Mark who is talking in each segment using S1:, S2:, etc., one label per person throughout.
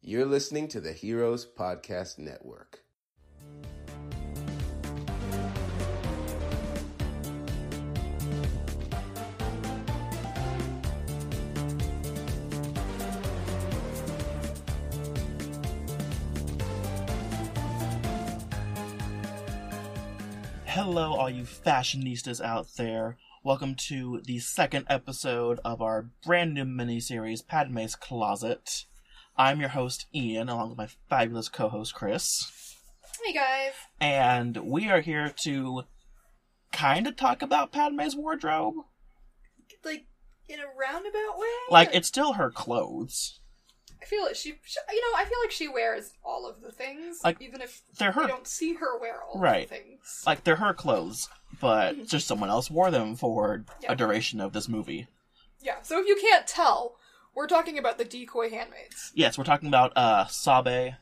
S1: You're listening to the Heroes Podcast Network.
S2: Hello, all you fashionistas out there. Welcome to the second episode of our brand new miniseries, Padme's Closet. I'm your host, Ian, along with my fabulous co host, Chris.
S3: Hey guys.
S2: And we are here to kind of talk about Padme's wardrobe.
S3: Like in a roundabout way.
S2: Like, it's still her clothes.
S3: I feel like she, she, you know, I feel like she wears all of the things,
S2: Like,
S3: even if
S2: they're her-
S3: We don't see her wear all
S2: Right.
S3: of the things.
S2: Like, they're her clothes, but just someone else wore them for
S3: Yeah.
S2: a duration of this movie.
S3: Yeah. So if you can't tell, we're talking about the decoy handmaids,
S2: Yes, we're talking about uh, Sabe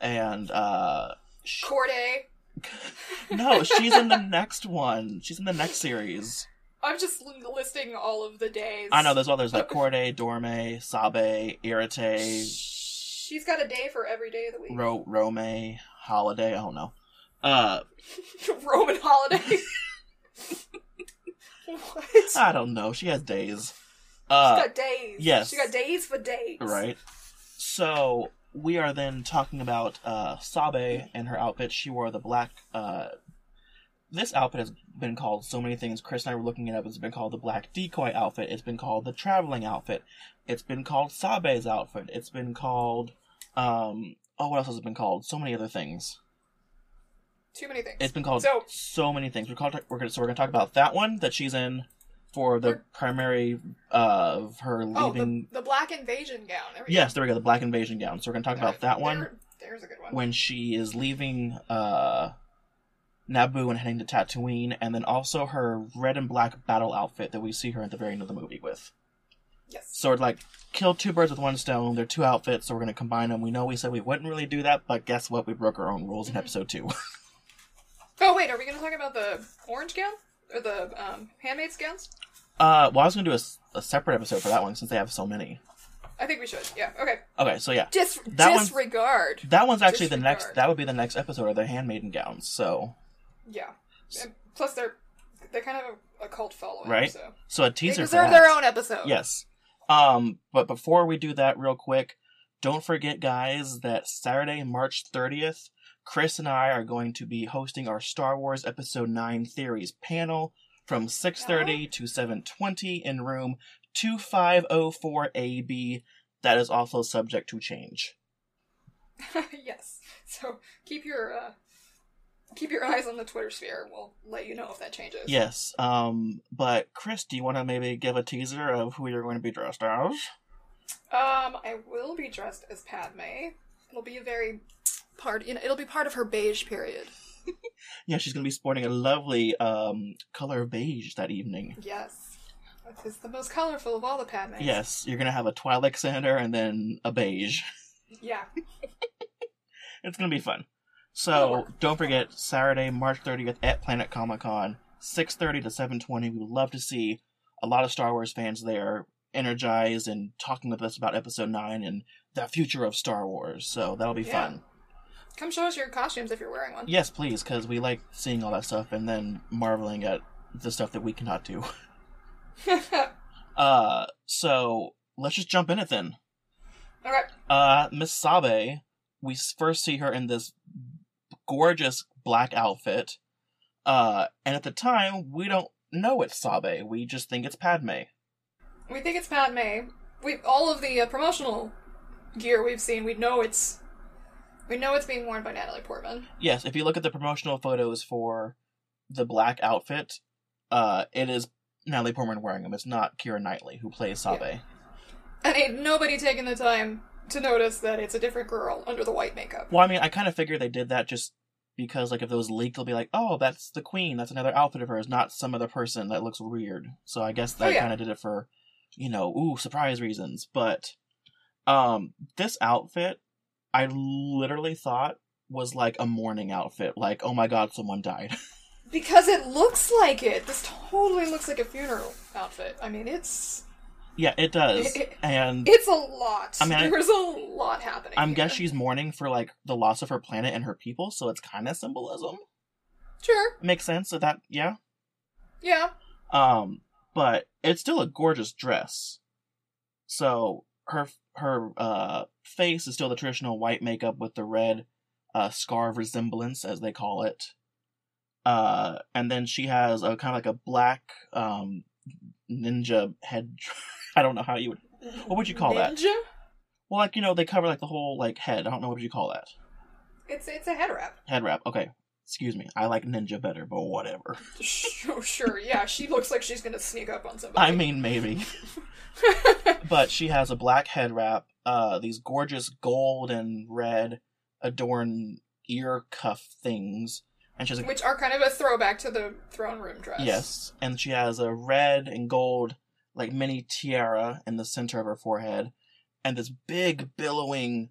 S2: and uh,
S3: Corday.
S2: No, she's in the next one. She's in the next series.
S3: I'm just l- listing all of the days.
S2: I know there's others like Corday, Dorme, Sabe, Irite,
S3: She's got a day for every day of the week.
S2: Ro- Rome, Holiday. I don't know. Uh,
S3: Roman holiday. what? She's
S2: I don't know. She has days. Uh,
S3: got days.
S2: yes.
S3: She got days for days.
S2: right. So we are then talking about uh, Sabe and her outfit. She wore the black. Uh, this outfit has been called so many things. Chris and I were looking it up. It's been called the black decoy outfit. It's been called the traveling outfit. It's been called Sabe's outfit. It's been called. Um, oh, what else has it been called? So many other things.
S3: Too many things.
S2: It's been called so,
S3: So-
S2: many things. We're, called, we're gonna, so we're going to talk about that one that she's in for the
S3: We're-
S2: primary uh, of her
S3: oh,
S2: leaving.
S3: the, the black invasion gown. There we go.
S2: Yes, there we go. The black invasion gown. So we're going to talk about that one
S3: There- there's a good one.
S2: when she is leaving uh, Naboo and heading to Tatooine, and then also her red and black battle outfit that we see her at the very end of the movie with.
S3: yes.
S2: So we're like, kill two birds with one stone. They're two outfits, so we're going to combine them. We know we said we wouldn't really do that, but guess what? We broke our own rules in episode two.
S3: Oh wait, are we gonna talk about the orange gown or the um, handmaid's gowns?
S2: uh, well, I was going to do a s a a separate episode for that one since they have so many.
S3: I think we should. Yeah. Okay.
S2: Okay, so yeah.
S3: Dis-
S2: That one's-
S3: disregard.
S2: That one's actually the
S3: Disregard.
S2: next. That would be the next episode of the handmaiden gowns. So
S3: Yeah. And plus, they're they kind of have a, a cult following,
S2: right. So,
S3: So
S2: a
S3: they
S2: teaser. for that.
S3: deserve their own episode.
S2: Yes. Um. But before we do that, real quick, don't forget, guys, that Saturday, March thirtieth, Chris and I are going to be hosting our Star Wars Episode Nine theories panel from six thirty to seven twenty in room two five zero four AB. That is also subject to change.
S3: yes. So keep your uh, keep your eyes on the Twitter sphere. and We'll let you know if that changes.
S2: Yes. Um. But Chris, do you want to maybe give a teaser of who you're going to be dressed as?
S3: Um, I will be dressed as Padme. It'll be a very part. You know, it'll be part of her beige period.
S2: Yeah, she's gonna be sporting a lovely um color of beige that evening.
S3: Yes. It's the most colorful of all the Padmes.
S2: Yes, you're gonna have a Twilight Sander and then a beige.
S3: Yeah.
S2: It's gonna be fun.
S3: That'll
S2: So
S3: work.
S2: don't forget Saturday, March 30th at Planet Comic Con, 6:30 to 7:20. We would love to see a lot of Star Wars fans there, energized and talking with us about Episode Nine and the future of Star Wars. So that'll be
S3: Yeah.
S2: fun.
S3: Come show us your costumes if you're wearing one.
S2: Yes, please, because we like seeing all that stuff and then marveling at the stuff that we cannot do. uh, so let's just jump in it then.
S3: Okay.
S2: Uh, Miss Sabe, we s- first see her in this gorgeous black outfit. Uh, and at the time, we don't know it's Sabe. We just think it's Padme.
S3: We think it's Padme. We all of the uh, promotional gear we've seen, we know it's we know it's being worn by Natalie Portman.
S2: Yes, if you look at the promotional photos for the black outfit, uh, it is Natalie Portman wearing them. It's not Kira Knightley who plays Sabe.
S3: And ain't nobody taking the time to notice that it's a different girl under the white makeup.
S2: Well, I mean, I kind of figured they did that just because, like, if it was leaked, they'll be like, "Oh, that's the queen. That's another outfit of hers, not some other person that looks weird." So I guess they
S3: Oh, yeah.
S2: kind of did it for, you know, ooh, surprise reasons. But, um, this outfit, I literally thought was like a mourning outfit. Like, oh my god, someone died.
S3: Because it looks like it. This totally looks like a funeral outfit. I mean, it's
S2: yeah, it does. And
S3: it's a lot.
S2: I mean, I-
S3: There's a lot happening.
S2: I'm
S3: here.
S2: guess she's mourning for like the loss of her planet and her people. So it's kind of symbolism.
S3: sure.
S2: Makes sense. So that yeah.
S3: Yeah.
S2: Um, but it's still a gorgeous dress. So her her uh face is still the traditional white makeup with the red uh scar of resemblance as they call it. Uh and then she has a kind of like a black um ninja head I don't know how you would what would you call that?
S3: Ninja?
S2: Well like you know they cover like the whole like head. I don't know what you call that.
S3: It's it's a head wrap.
S2: Head wrap. Okay. Excuse me. I like ninja better, but whatever.
S3: Sure, sure. Yeah, she looks like she's gonna sneak up on somebody.
S2: I mean, maybe. but she has a black head wrap, uh, these gorgeous gold and red adorned ear cuff things, and she's a
S3: which are kind of a throwback to the throne room dress.
S2: yes, and she has a red and gold like mini tiara in the center of her forehead, and this big billowing,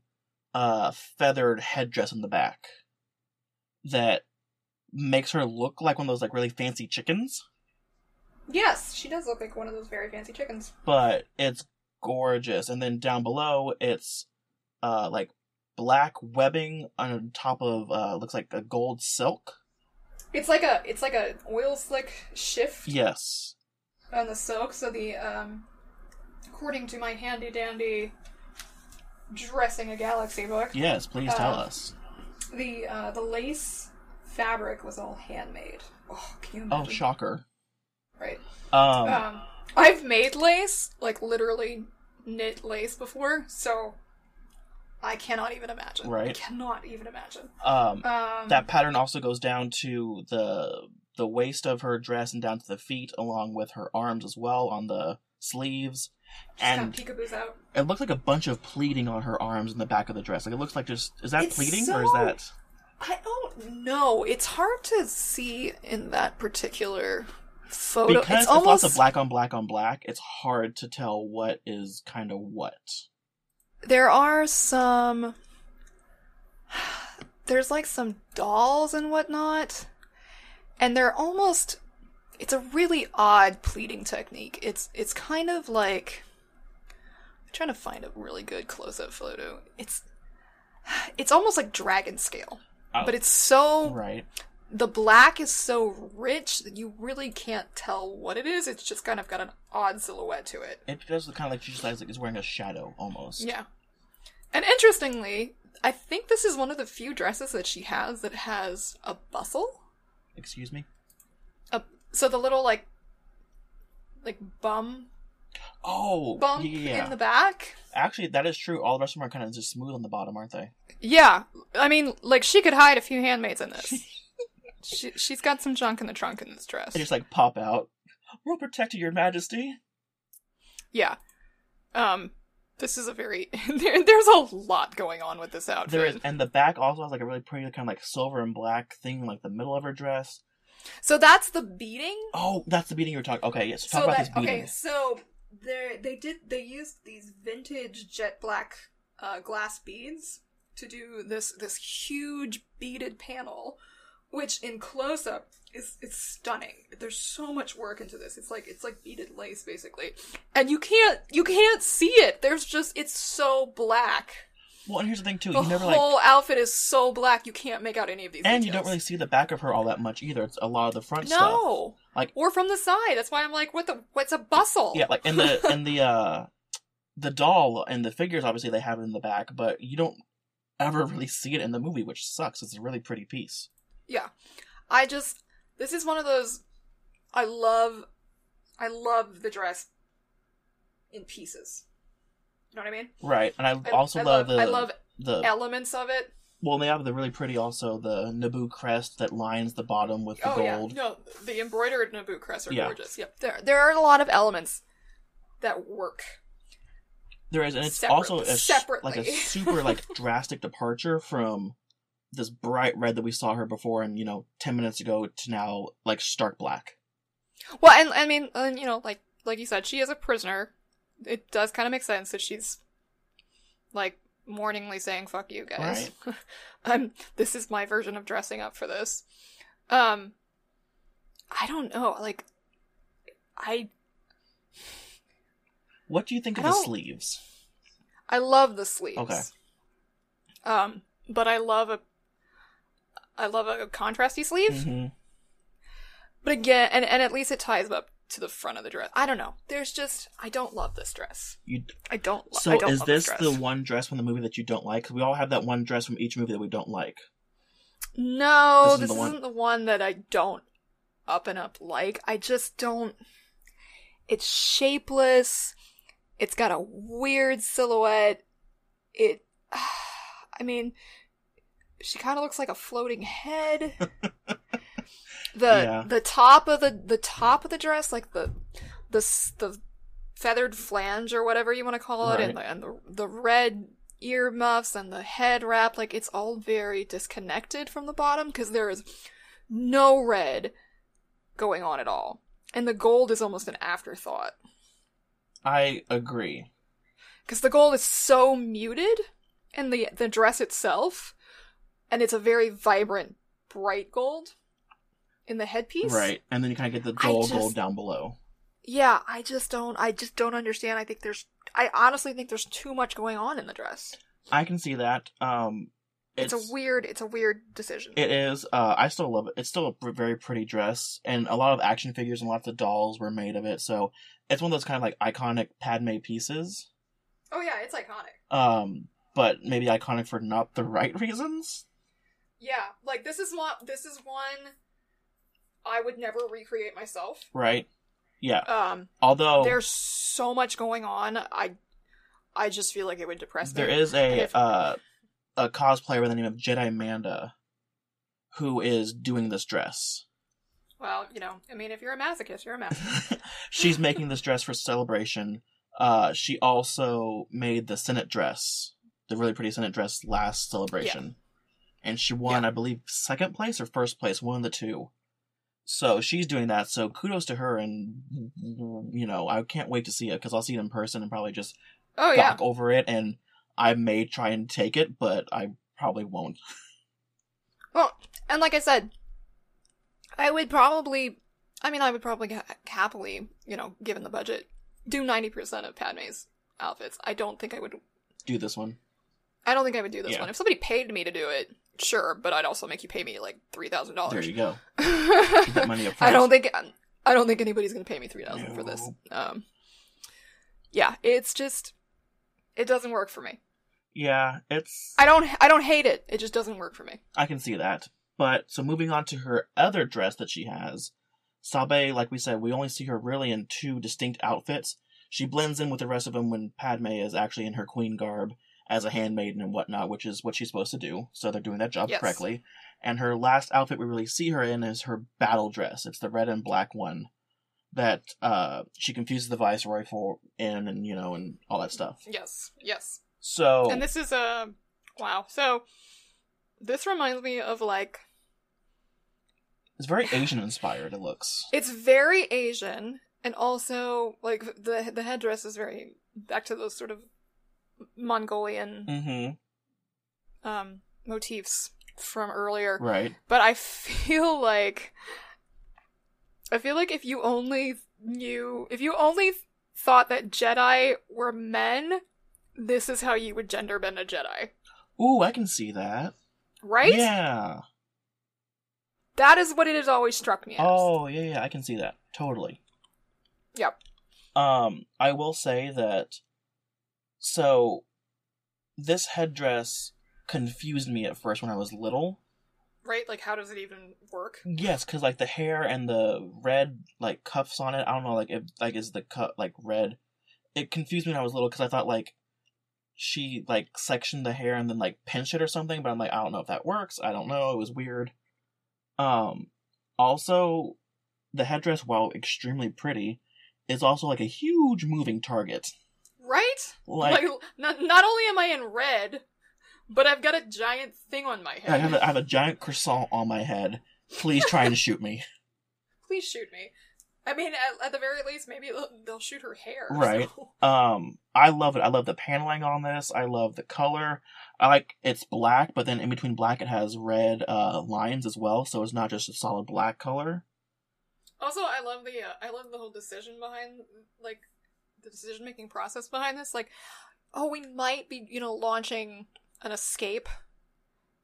S2: uh, feathered headdress in the back that makes her look like one of those like really fancy chickens.
S3: Yes, she does look like one of those very fancy chickens.
S2: but it's gorgeous. And then down below, it's uh like black webbing on top of uh looks like a gold silk.
S3: It's like a it's like a oil slick shift
S2: Yes,
S3: on the silk, so the um according to my handy dandy dressing a galaxy book,
S2: yes. Please tell
S3: Uh,
S2: us.
S3: the uh the lace fabric was all handmade. Oh, can you
S2: Oh,
S3: imagine?
S2: shocker.
S3: Right.
S2: Um,
S3: Um I've made lace, like literally knit lace before, so I cannot even imagine. I
S2: Right.
S3: cannot even imagine.
S2: um,
S3: Um
S2: that pattern also goes down to the the waist of her dress and down to the feet, along with her arms as well on the sleeves.
S3: just
S2: And
S3: got peekaboos out.
S2: it looks like a bunch of pleating on her arms and the back of the dress. Like it looks like just is that
S3: It's
S2: pleating or is
S3: so-
S2: that
S3: I don't know. It's hard to see in that particular photo.
S2: because it's,
S3: it's almost
S2: lots of black on black on black, it's hard to tell what is kind of what.
S3: there are some. There's like some dolls and whatnot, and they're almost. It's a really odd pleating technique. It's it's kind of like. I'm trying to find a really good close-up photo. It's. It's almost like dragon scale, but it's so
S2: Right.
S3: the black is so rich that you really can't tell what it is. It's just kind of got an odd silhouette to it.
S2: It does look kind of like she just like is wearing a shadow almost.
S3: Yeah. And interestingly, I think this is one of the few dresses that she has that has a bustle.
S2: Excuse me.
S3: A, so the little like like bum
S2: Oh,
S3: bump
S2: yeah. yeah.
S3: in the back.
S2: Actually, that is true. All the rest of them are kind of just smooth on the bottom, aren't they?
S3: Yeah. I mean, like she could hide a few handmaids in this. she she's got some junk in the trunk in this dress.
S2: They just like pop out. We'll protect you, Your Majesty.
S3: Yeah. Um this is a very there, there's a lot going on with this outfit.
S2: There is, and the back also has like a really pretty kind of like silver and black thing, like the middle of her dress.
S3: So that's the beating.
S2: Oh, that's the beating you were talking. Okay, yes.
S3: so
S2: Talk about
S3: that
S2: this beating.
S3: okay, so there they did they used these vintage jet black uh, glass beads to do this this huge beaded panel, which in close up is it's stunning. There's so much work into this. It's like it's like beaded lace basically, and you can't you can't see it. There's just it's so black.
S2: Well, and here's the thing too.
S3: The
S2: you never like
S3: whole outfit is so black you can't make out any of these.
S2: And you don't
S3: details.
S2: really see the back of her all that much either. It's a lot of the front stuff.
S3: No.
S2: Like-
S3: or from the side. That's why I'm like, what the? What's a bustle?
S2: Yeah, like in the in the uh the doll and the figures obviously they have it in the back, but you don't ever really see it in the movie, which sucks. It's a really pretty piece.
S3: Yeah. I just this is one of those I love I love the dress in pieces. You know what I mean?
S2: Right. And I,
S3: I-
S2: also
S3: I
S2: love,
S3: love-
S2: the
S3: I love
S2: the
S3: Elements of it.
S2: well they have the really pretty also the Naboo crest that lines the bottom with the
S3: oh
S2: gold.
S3: yeah. No, the embroidered Naboo crests are
S2: Yeah.
S3: gorgeous. Yep. There there are a lot of elements that work.
S2: There is, and it's
S3: Separate-
S2: also a, sh- like a
S3: separately.
S2: super like drastic departure from this bright red that we saw her before, and you know, ten minutes ago to now like stark black.
S3: Well, and I mean, and, you know, like like you said, she is a prisoner. It does kind of make sense that she's like morningly saying "fuck you guys." um, this is my version of dressing up for this. Um, I don't know. Like, I
S2: What do you think
S3: I
S2: of the
S3: don't-
S2: sleeves?
S3: I love the sleeves.
S2: Okay.
S3: Um, but I love a I love a contrasty sleeve.
S2: hmm
S3: But again, and and at least it ties up to the front of the dress. I don't know. There's just I don't love this dress.
S2: You,
S3: I don't. Lo-
S2: so
S3: I don't
S2: is
S3: love
S2: this
S3: dress.
S2: the one dress from the movie that you don't like? 'Cause we all have that one dress from each movie that we don't like.
S3: No,
S2: This
S3: this,
S2: isn't the
S3: isn't,
S2: one-
S3: the one that I don't up and up like. I just don't. It's shapeless. It's got a weird silhouette. It. I mean, she kind of looks like a floating head. the
S2: Yeah.
S3: the top of the the top of the dress, like the the s- the feathered flange or whatever you want to call it, and the
S2: Right.
S3: and the the red earmuffs and the head wrap, like it's all very disconnected from the bottom because there is no red going on at all, and the gold is almost an afterthought
S2: I agree.
S3: because the gold is so muted, and the the dress itself, and it's a very vibrant, bright gold in the headpiece,
S2: Right, and then you kind of get the
S3: I
S2: dull
S3: just-
S2: gold down below.
S3: Yeah, I just don't. I just don't understand. I think there's. I honestly think there's too much going on in the dress.
S2: I can see that. Um,
S3: It's, a weird. It's a weird decision.
S2: It is. Uh, I still love it. It's still a pr- very pretty dress, and a lot of action figures and lots of dolls were made of it. So it's one of those kind of like iconic Padme pieces.
S3: oh yeah, it's iconic.
S2: Um, but maybe iconic for not the right reasons.
S3: Yeah, like this is one. This is one. I would never recreate myself.
S2: Right? Yeah.
S3: Um,
S2: Although
S3: there's so much going on. I, I just feel like it would depress me.
S2: there is a
S3: And if-
S2: uh, a cosplayer by the name of Jedi Manda, who is doing this dress.
S3: Well, you know, I mean, if you're a masochist, you're a masochist.
S2: She's making this dress for celebration. Uh, she also made the Senate dress, the really pretty Senate dress last celebration. And she won, I believe, second place or first place, one of the two. So she's doing that. So kudos to her. And, you know, I can't wait to see it because I'll see it in person and probably just
S3: oh yeah,
S2: gawk over it. And I may try and take it, but I probably won't.
S3: Well, and like I said, I would probably, I mean, I would probably ha- happily, you know, given the budget, do 90% of Padme's outfits. I don't think I would,
S2: Do this one.
S3: I don't think I would do this
S2: Yeah.
S3: one. If somebody paid me to do it, sure, but I'd also make you pay me like
S2: There
S3: $3,000.
S2: you go. that money up
S3: I
S2: front.
S3: don't think, I don't think anybody's going to pay me 3000 for this.
S2: No.
S3: Um, yeah, it's just, it doesn't work for me.
S2: Yeah, it's.
S3: I don't, I don't hate it. It just doesn't work for me.
S2: I can see that. But so moving on to her other dress that she has, Sabe, like we said, we only see her really in two distinct outfits. She blends in with the rest of them when Padme is actually in her queen garb as a handmaiden and whatnot, which is what she's supposed to do. So they're doing that job
S3: Yes.
S2: correctly. And her last outfit we really see her in is her battle dress. It's the red and black one that uh, she confuses the viceroy for in, and you know, and all that stuff.
S3: Yes, yes.
S2: So
S3: And this is a wow. So this reminds me of like
S2: it's very Asian inspired. It looks
S3: it's very Asian and also like the the headdress is very back to those sort of Mongolian
S2: mm-hmm.
S3: um motifs from earlier.
S2: right.
S3: But I feel like I feel like if you only knew if you only thought that Jedi were men, this is how you would gender bend a Jedi.
S2: Ooh, I can see that.
S3: Right?
S2: Yeah.
S3: That is what it has always struck me as.
S2: Oh, yeah, yeah, I can see that. Totally.
S3: Yep.
S2: Um, I will say that So, this headdress confused me at first when I was little.
S3: Right? Like, how does it even work?
S2: Yes, because like the hair and the red like cuffs on it. I don't know, like if like is the cut like red. It confused me when I was little because I thought like she like sectioned the hair and then like pinched it or something. But I'm like, I don't know if that works. I don't know. It was weird. Um, also, the headdress, while extremely pretty, is also like a huge moving target.
S3: Right?
S2: Like,
S3: not, not only am I in red, but I've got a giant thing on my
S2: I have
S3: head.
S2: a, I have a giant croissant on my head. Please try and shoot me.
S3: Please shoot me. I mean, at, at the very least, maybe they'll, they'll shoot her hair.
S2: Right.
S3: so-
S2: Um, I love it. I love the paneling on this. I love the color. I like it's black, but then in between black, it has red uh, lines as well, so it's not just a solid black color.
S3: Also, I love the uh, I love the whole decision behind like the decision making process behind this. Like, oh, we might be you know launching an escape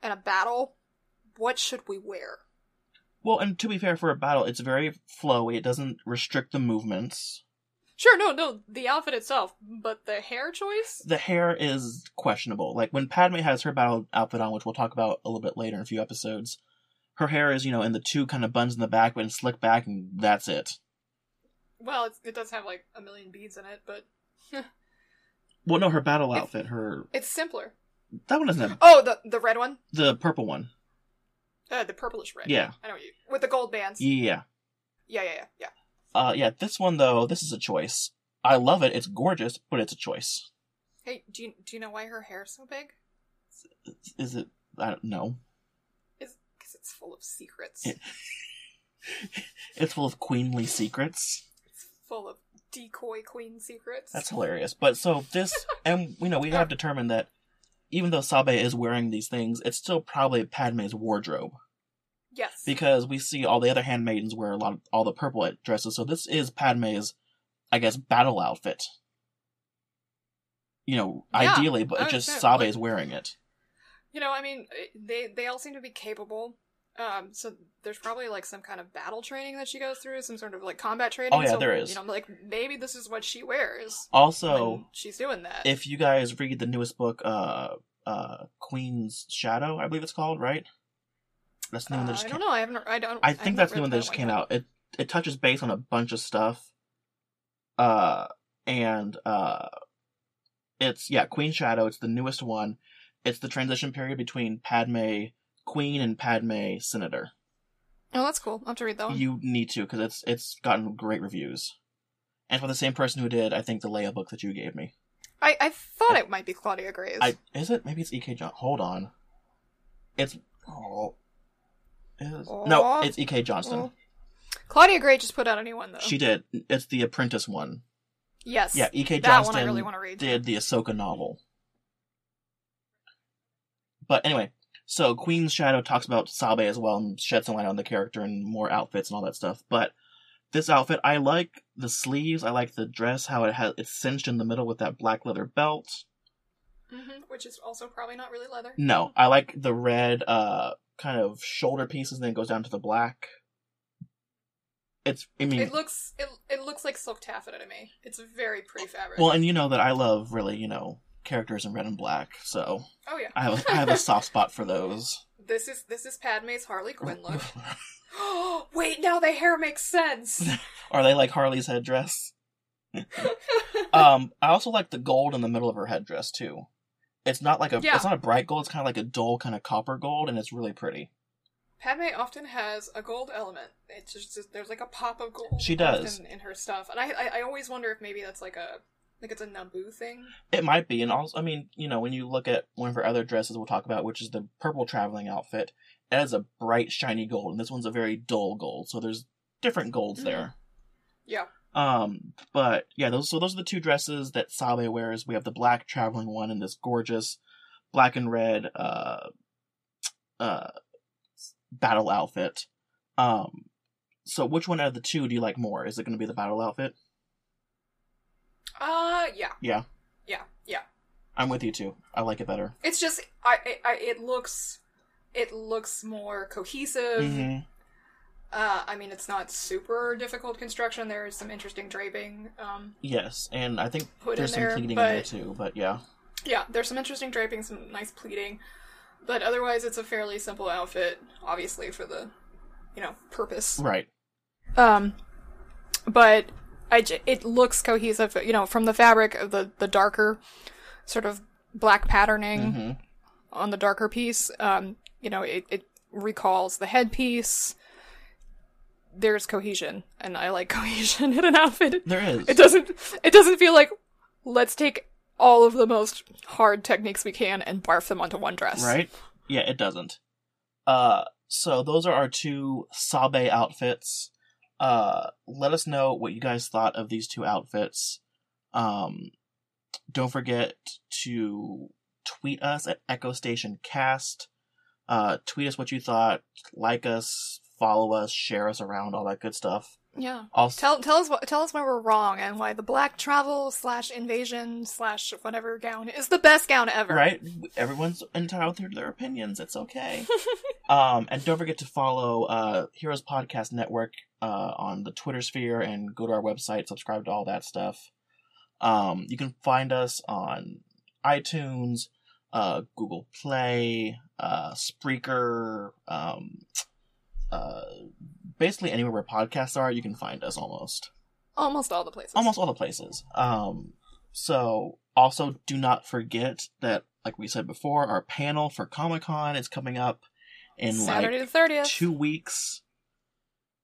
S3: and a battle. What should we wear?
S2: Well, and to be fair, for a battle, it's very flowy. It doesn't restrict the movements.
S3: Sure, no, no, the outfit itself, but the hair choice.
S2: The hair is questionable. Like when Padme has her battle outfit on, which we'll talk about a little bit later in a few episodes, her hair is you know in the two kind of buns in the back, but in slick back, and that's it.
S3: Well, it, it does have like a million beads in it, but
S2: Well, no, her battle outfit, her
S3: it's simpler.
S2: that one doesn't have
S3: Oh, the the red one,
S2: the purple one.
S3: uh, the purplish red.
S2: Yeah.
S3: I know what you with the gold bands. Yeah,
S2: Yeah.
S3: yeah, yeah, yeah.
S2: Uh, yeah, this one though, this is a choice. I love it. It's gorgeous, but it's a choice.
S3: Hey, do you do you know why her hair's so big?
S2: Is it? I don't know.
S3: Is because it's full of secrets.
S2: Yeah. It's full of queenly secrets.
S3: It's full of decoy queen secrets.
S2: That's hilarious. But so this, and you know, we have determined that even though Sabe is wearing these things, it's still probably Padme's wardrobe
S3: yes.
S2: because we see all the other handmaidens wear a lot of all the purple dresses. So this is Padme's, I guess, battle outfit. You know,
S3: Yeah,
S2: ideally, but
S3: I
S2: it's just
S3: understand.
S2: Sabe is wearing it.
S3: You know, I mean, it- they they all seem to be capable. Um, so there's probably like some kind of battle training that she goes through, some sort of like combat training.
S2: Oh, yeah,
S3: so,
S2: there is.
S3: You know, like maybe this is what she wears.
S2: Also,
S3: when she's doing that.
S2: if you guys read the newest book, uh, uh, Queen's Shadow, I believe it's called, right? That's the
S3: Uh,
S2: new one that just
S3: I
S2: came.
S3: don't know. I haven't. I don't.
S2: I
S3: haven't
S2: think that's the
S3: read
S2: new one that just came
S3: yet.
S2: out. It it touches base on a bunch of stuff, uh, and uh, it's yeah, Queen Shadow. It's the newest one. It's the transition period between Padme Queen and Padme Senator.
S3: Oh, that's cool. I'll have to read that one.
S2: You need to because it's it's gotten great reviews, and for the same person who did, I think the Leia book that you gave me.
S3: I I thought it might be Claudia Gray's.
S2: I is it? Maybe it's E.K. John. Hold on. It's oh, Is- no,
S3: Oh.
S2: it's E.K. Johnston.
S3: Claudia Gray just put out a new one though.
S2: She did. It's the Apprentice one.
S3: yes.
S2: Yeah, E.K.
S3: That
S2: Johnston
S3: one I really want to read.
S2: did the Ahsoka novel. But anyway, so Queen's Shadow talks about Sabe as well and sheds some light on the character and more outfits and all that stuff. But this outfit, I like the sleeves. I like the dress. How it has it's cinched in the middle with that black leather belt.
S3: Mhm, Which is also probably not really leather.
S2: No, I like the red uh kind of shoulder pieces, and then it goes down to the black. It's I mean,
S3: It looks it, it looks like silk taffeta to me. It's very pretty fabric.
S2: well, and you know that I love really you know characters in red and black, so
S3: oh yeah.
S2: I have a, I have a soft spot for those.
S3: This is this is Padme's Harley Quinn look. Wait, now the hair makes sense.
S2: Are they like Harley's headdress? um, I also like the gold in the middle of her headdress too. It's not like a
S3: Yeah.
S2: it's not a bright gold. It's kind of like a dull kind of copper gold, and it's really pretty.
S3: Padme often has a gold element. It's just, just- there's like a pop of gold.
S2: She does.
S3: often in her stuff, and I, I I always wonder if maybe that's like a like it's a Naboo thing.
S2: It might be, and also, I mean, you know, when you look at one of her other dresses, we'll talk about, which is the purple traveling outfit, it has a bright, shiny gold, and this one's a very dull gold. So there's different golds there.
S3: Yeah.
S2: Um, but yeah, those so those are the two dresses that Sabe wears. We have the black traveling one and this gorgeous black and red uh uh battle outfit. Um, so which one out of the two do you like more? Is it going to be the battle outfit?
S3: Uh yeah
S2: Yeah,
S3: yeah yeah.
S2: I'm with you too. I like it better.
S3: It's just
S2: Mm-hmm.
S3: I I, I it looks it looks more cohesive.
S2: Mhm.
S3: Uh, I mean, it's not super difficult construction. There is some interesting draping. Um,
S2: Yes, and I think
S3: Put in
S2: there's some
S3: there,
S2: pleading
S3: but-
S2: in there too. But yeah,
S3: yeah, there's some interesting draping, some nice pleating, but otherwise, it's a fairly simple outfit, obviously for the, you know, purpose.
S2: right.
S3: Um, but I j- it looks cohesive, you know, from the fabric of the the darker sort of black patterning on the darker piece. Um, you know, it it recalls the headpiece. There's cohesion, and I like cohesion in an outfit.
S2: There is.
S3: It doesn't it doesn't feel like let's take all of the most hard techniques we can and barf them onto one dress.
S2: Right? Yeah, it doesn't. Uh, so those are our two Sabe outfits. Uh, let us know what you guys thought of these two outfits. Um, don't forget to tweet us at Echo Station Cast. Uh, tweet us what you thought, like us, follow us, share us around, all that good stuff.
S3: Yeah.
S2: Also,
S3: Tell tell us what tell us why we're wrong and why the black travel slash invasion slash whatever gown is the best gown ever.
S2: right? Everyone's entitled to their opinions. It's okay. um, and don't forget to follow uh, Heroes Podcast Network uh, on the Twitter sphere and go to our website, subscribe to all that stuff. Um, you can find us on iTunes, uh, Google Play, uh, Spreaker, um, uh, basically anywhere where podcasts are, you can find us almost
S3: Almost all the places.
S2: almost all the places. Um, so also do not forget that, like we said before, our panel for Comic Con is coming up in
S3: Saturday
S2: like
S3: the thirtieth.
S2: two weeks.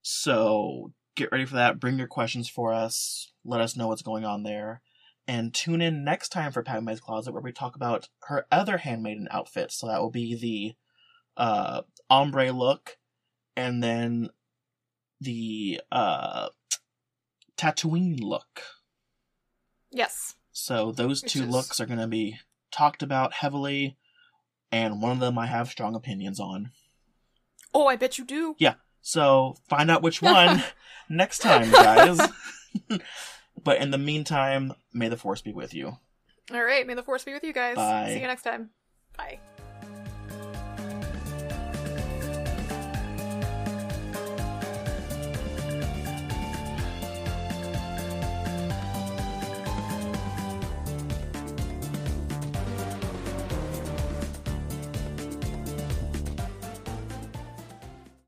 S2: So get ready for that. Bring your questions for us. Let us know what's going on there. And tune in next time for Padme's Closet, where we talk about her other handmaiden outfit. So that will be the uh, ombre look, and then the uh, Tatooine look.
S3: Yes.
S2: So those
S3: Which
S2: two
S3: is-
S2: looks are going to be talked about heavily, and one of them I have strong opinions on.
S3: Oh, I bet you do.
S2: Yeah. So find out which one next time, guys. but in the meantime, may the force be with you.
S3: All right. May the force be with you guys.
S2: Bye.
S3: See you next time. Bye.